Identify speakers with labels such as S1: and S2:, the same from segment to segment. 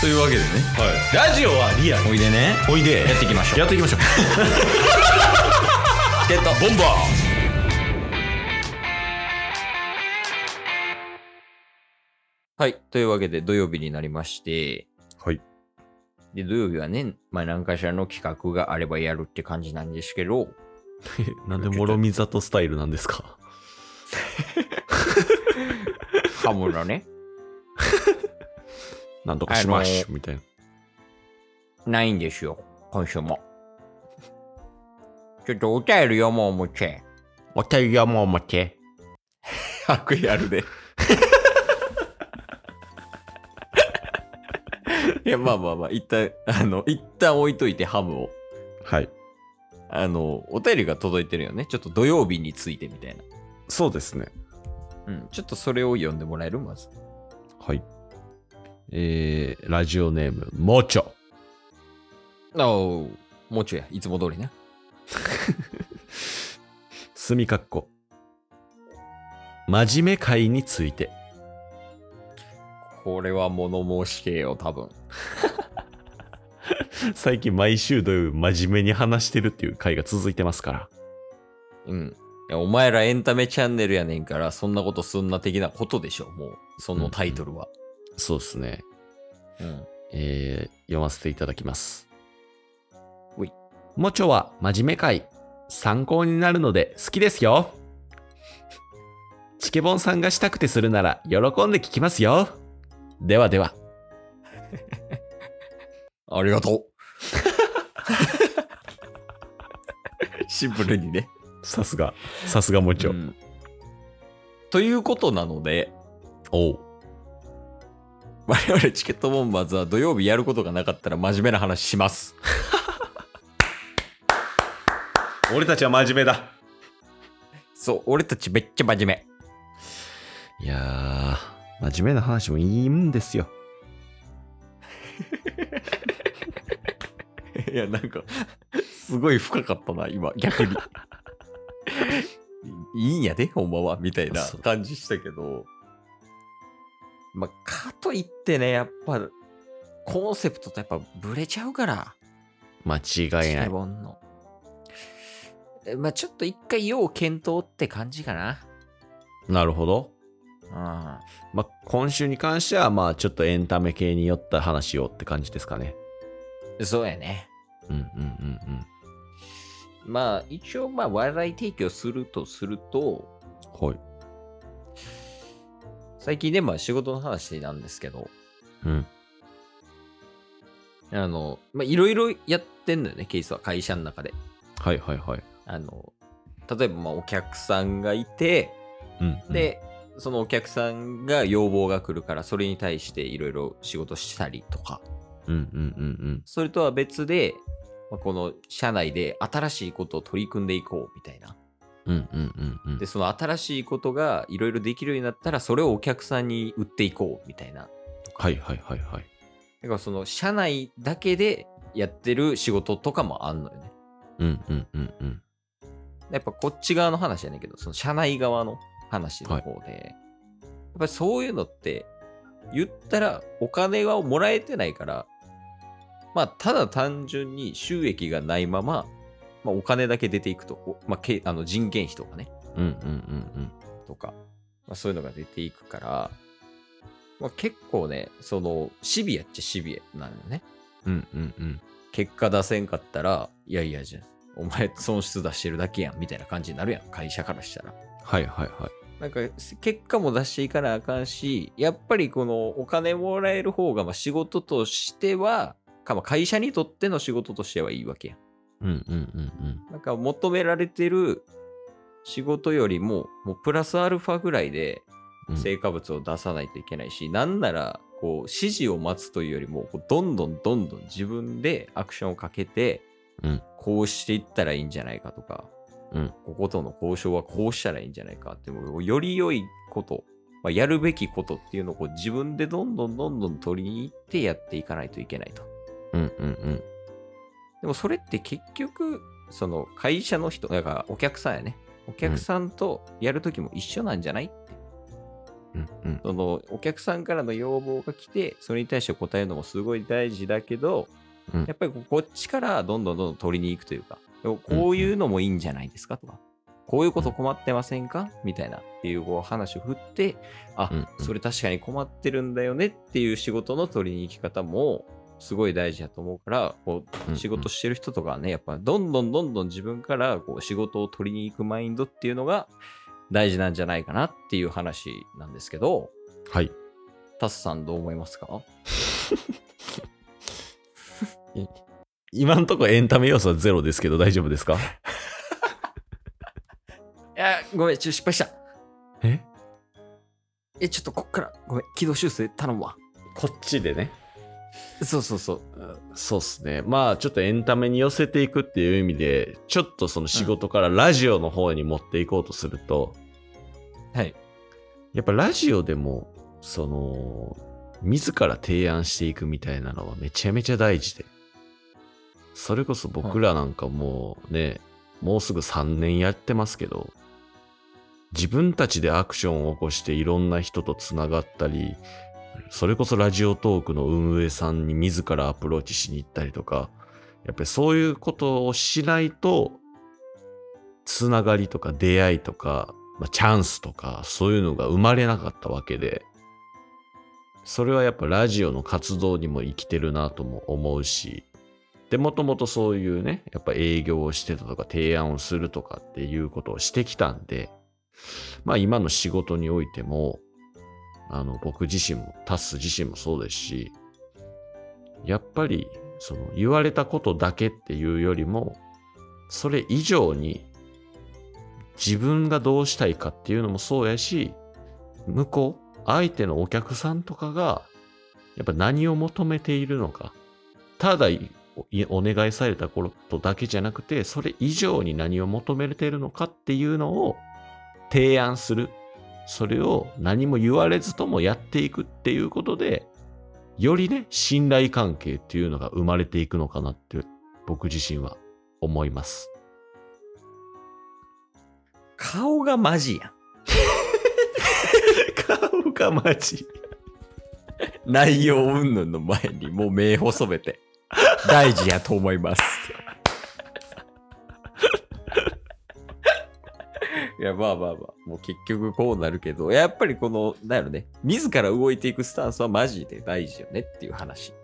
S1: というわけでね
S2: ラジオはリアル
S1: おいでね
S2: おいで
S1: やっていきましょう
S2: やっていきましょう
S1: チケットボンバーはい。というわけで、土曜日になりまして、
S2: はい
S1: で、土曜日はね、まあ、何かしらの企画があればやるって感じなんですけ ど、
S2: なんで諸見里スタイルなんですか
S1: 刃物ね、
S2: なんとかしましょみたいな
S1: ないんですよ。今週も。ちょっとお便り読もう思って。
S2: お便りはもう待て
S1: 悪意ある で。いや、まあまあまあ、一旦、あの、一旦置いといてハムを。
S2: はい
S1: あの、お便りが届いてるよね。ちょっと土曜日についてみたいな。
S2: そうですね
S1: うん。ちょっとそれを読んでもらえるまず。
S2: はいえー、ラジオネームモチョ
S1: あおもうちょいや。いつも通りね。
S2: すみかっこ真面目会について
S1: これは物申してよ、多分。
S2: 最近毎週土曜日真面目に話してるっていう回が続いてますから
S1: うん。いやお前らエンタメチャンネルやねんから、そんなことすんな的なことでしょ。もう、そのタイトルは。
S2: そうですね
S1: うん
S2: えー読ませていただきます。
S1: ほい。
S2: もちょは真面目会。参考になるので好きですよ。チケボンさんがしたくてするなら喜んで聞きますよ。ではでは。
S1: ありがとう。 シンプルにね。
S2: さすが。さすがもちょ。
S1: うんということなので、
S2: おう。
S1: 我々チケットボンバーズは土曜日やることがなかったら真面目な話します。
S2: 俺たちは真面目だ。
S1: そう、俺たちめっちゃ真面目。
S2: いやー、真面目な話もいいんですよ。
S1: いや、なんか、すごい深かったな、今、逆 に。いいんやで、ほんまは、みたいな
S2: そう
S1: 感じしたけど。まあ、かといってね、やっぱ、コンセプトとやっぱブレちゃうから、
S2: 間違い
S1: シ
S2: な
S1: ネ
S2: い。
S1: ボンの。えまあ、ちょっと一回要検討って感じかな。
S2: なるほど。
S1: うん。
S2: まあ、今週に関しては、まあ、ちょっとエンタメ系によった話をって感じですかね。
S1: そうやね。
S2: うんうんうんうん。
S1: まあ、一応、まあ、笑い提供するとすると、
S2: はい。
S1: 最近ね、まあ、仕事の話なんですけど、
S2: うん。
S1: あの、まあ、いろいろやってんのよね、ケースは、会社の中で。
S2: はいはいはい。
S1: あの、例えば、まあ、お客さんがいて、
S2: うん、
S1: で、そのお客さんが要望が来るから、それに対していろいろ仕事したりとか、
S2: うんうんうん
S1: それとは別で、まあ、この社内で新しいことを取り組んでいこうみたいな。
S2: うん。うんうんうんうん。
S1: で、その新しいことがいろいろできるようになったら、それをお客さんに売っていこうみたいな。
S2: はいはいはいはい。
S1: だからその社内だけでやってる仕事とかもあんのよね。
S2: うんうんうんうん。
S1: やっぱこっち側の話やねんけど、その社内側の話の方で、やっぱりそういうのって、言ったらお金はもらえてないから、まあ、ただ単純に収益がないまま、まあ、お金だけ出ていくと、おまあ、けあの人件費とかね、
S2: うんうんうん
S1: とか、まあ、そういうのが出ていくから、まあ、結構ね、その、シビアっちゃシビアなのよね。
S2: うん。うんうんうん。
S1: 結果出せんかったら、いやいや、じゃあお前損失出してるだけやん、みたいな感じになるやん、会社からしたら。
S2: はいはいはい。
S1: なんか結果も出していかなあかんし、やっぱりこのお金もらえる方がまあ仕事としては、かまあ会社にとっての仕事としてはいいわけや
S2: うんうんうん
S1: ん。なんか求められてる仕事よりも、もうプラスアルファぐらいで
S2: うん。
S1: 成果物を出さないといけないし、なんならこう指示を待つというよりも、こうどんどんどんどん自分でアクションをかけて、
S2: うん
S1: こうしていったらいいんじゃないかとか、
S2: うん
S1: こことの交渉はこうしたらいいんじゃないかって、もうより良いこと、まあ、やるべきことっていうのをこう自分でどんどんどんどん取りに行ってやっていかないといけないと。
S2: うんうんうん。
S1: でもそれって結局、その会社の人、だからお客さんやね。お客さんとやるときも一緒なんじゃない、
S2: うんうん
S1: そのお客さんからの要望が来てそれに対して答えるのもすごい大事だけど、
S2: うん
S1: やっぱりこうこっちからどんどんどんどん取りに行くというかこういうのもいいんじゃないですかとか、こういうこと困ってませんかみたいなっていうこう話を振ってあ、
S2: うんうん
S1: それ確かに困ってるんだよねっていう仕事の取りに行き方もすごい大事だと思うからこ
S2: うんうん
S1: う仕事してる人とかはねやっぱどんどんどんどん自分からこう仕事を取りに行くマインドっていうのが大事なんじゃないかなっていう話なんですけど。
S2: はい。
S1: タスさんどう思いますか
S2: 今んとこエンタメ要素はゼロですけど大丈夫で すか
S1: いやごめんちょっと失敗した
S2: え
S1: えちょっとこっからごめん軌道修正頼むわ
S2: こっちでね。
S1: そうそうそう
S2: そうっすね。まあちょっとエンタメに寄せていくっていう意味で、ちょっとその仕事からラジオの方に持っていこうとすると、
S1: はい
S2: やっぱラジオでも、その、自ら提案していくみたいなのはめちゃめちゃ大事で。それこそ僕らなんかもうね、もうすぐ3年やってますけど、自分たちでアクションを起こしていろんな人とつながったり、それこそラジオトークの運営さんに自らアプローチしに行ったりとか、やっぱりそういうことをしないと、つながりとか出会いとか、まあ、チャンスとか、そういうのが生まれなかったわけで、それはやっぱラジオの活動にも生きてるなとも思うし、で、もともとそういうね、やっぱ営業をしてたとか提案をするとかっていうことをしてきたんで、まあ今の仕事においても、あの、僕自身も、タス自身もそうですし、やっぱり、その、言われたことだけっていうよりも、それ以上に、自分がどうしたいかっていうのもそうやし、向こう、相手のお客さんとかが、やっぱ何を求めているのか、ただいお願いされたことだけじゃなくて、それ以上に何を求めているのかっていうのを提案する。それを何も言われずともやっていくっていうことで、よりね、信頼関係っていうのが生まれていくのかなって、僕自身は思います。
S1: 顔がマジや
S2: 顔がマジ。
S1: ん内容云々の前にもう目細め て大事やと思い ますいやまあまあまあもう結局こうなるけどやっぱりこのなんやろね自ら動いていくスタンスはマジで大事よねっていう話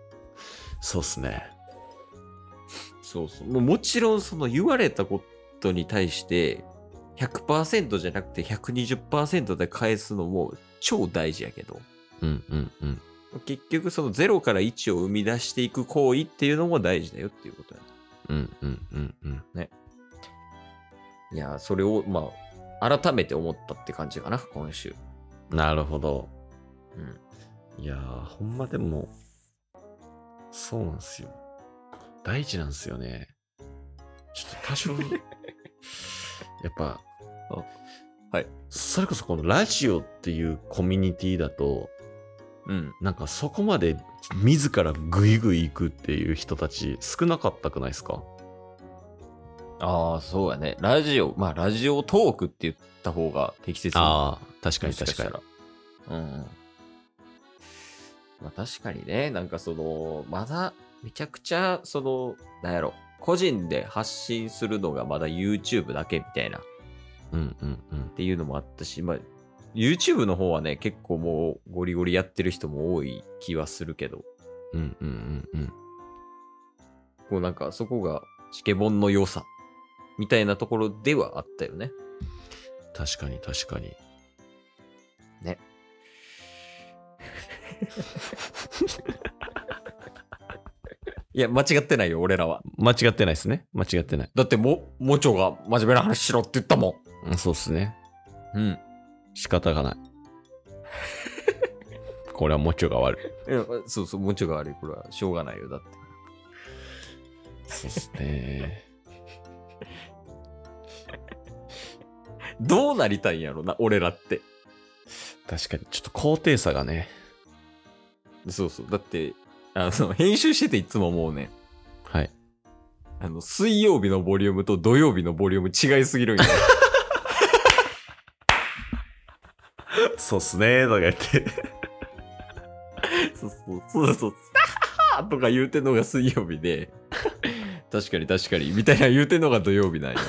S2: そうっすね。
S1: そうそう。もうもちろんその言われたことに対して100%じゃなくて120%で返すのも超大事やけど、
S2: うんうんうん。
S1: 結局その0から1を生み出していく行為っていうのも大事だよっていうことやな。
S2: うんうんうんうん。
S1: いやー、それをまあ、改めて思ったって感じかな、今週。
S2: なるほど。
S1: うん。
S2: いやー、ほんまでも、そうなんですよ。大事なんですよね。ちょっと 多少、やっぱ、
S1: あはい。
S2: それこそこのラジオっていうコミュニティだと、
S1: うん。
S2: なんかそこまで自らグイグイ行くっていう人たち少なかったくないですか
S1: ああ、そうやね。ラジオ、まあ、ラジオトークって言った方が適切な
S2: ああ、確かに確かに。
S1: に。うんうん。まあ確かにね、なんかその、まだめちゃくちゃ、その、なんやろ、個人で発信するのがまだ YouTube だけみたいなっ
S2: うんうんうん。
S1: ていうのもあったし、まあ YouTube の方はね、結構もうゴリゴリやってる人も多い気はするけど、
S2: うんうんうんうん。
S1: こうなんかそこがチケボンの良さみたいなところではあったよね。
S2: 確かに確かに。
S1: ね。いや、間違ってないよ、俺らは。
S2: 間違ってないですね。間違ってない。
S1: だっても、もちょが真面目な話しろって言ったも
S2: うんそうっすね。
S1: ん。うん。
S2: 仕方 がない。これはもちょが悪い。
S1: そうそう、もちょが悪い。これはしょうがないよ、だって。
S2: そうですね。
S1: どうなりたいんやろな、俺らって。
S2: 確かに、ちょっと高低差がね。
S1: そうそう。だって、あの、編集してていつも思うね。
S2: はい。
S1: あの、水曜日のボリュームと土曜日のボリューム違いすぎるんや。
S2: そうっすねーとか言って、
S1: そうそうそうそう。あははとか言うてんのが水曜日で、確かに確かに、みたいな言うてんのが土曜日 なんよ。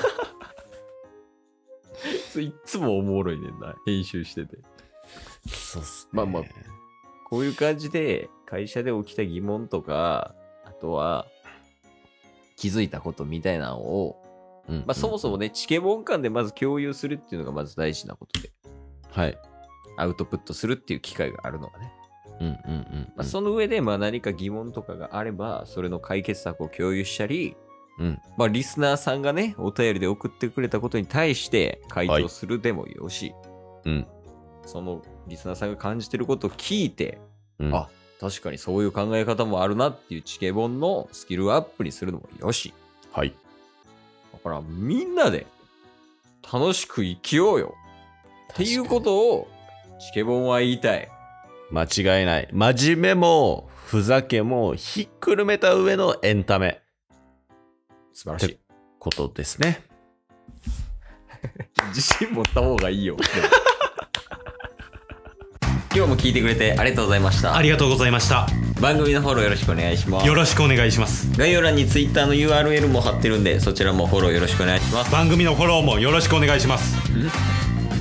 S1: それいっつもおもろいねんな、編集してて。
S2: そうっす
S1: まあまあこういう感じで、会社で起きた疑問とか、あとは、気づいたことみたいなのを、
S2: うん
S1: まあそもそも
S2: ね。
S1: ね、知見本間でまず共有するっていうのがまず大事なことで、
S2: はい。
S1: アウトプットするっていう機会があるのがね。
S2: うんうんうん。
S1: まあ、その上で、まあ、何か疑問とかがあれば、それの解決策を共有したり、
S2: うん
S1: まあ、リスナーさんがね、お便りで送ってくれたことに対して回答するでもよし、
S2: うん。
S1: そのリスナーさんが感じてることを聞いて、
S2: うん。
S1: あ確かにそういう考え方もあるなっていうチケボンのスキルアップにするのもよし、
S2: はい。
S1: だからみんなで楽しく生きようよっていうことをチケボンは言いたい。
S2: 間違いない。真面目も、ふざけも、ひっくるめた上のエンタメ、
S1: 素晴らしい。
S2: ことですね。
S1: 自信持った方がいいよ。今日も聞いてくれてありがとうございました
S3: あ。りがとうございました
S1: 番組のフォローよろしくお願いします
S3: よ。ろしくお願いします
S1: 概要欄に Twitter の URL も貼ってるんで、そちらもフォローよろしくお願いします。
S3: 番組のフォローもよろしくお願いします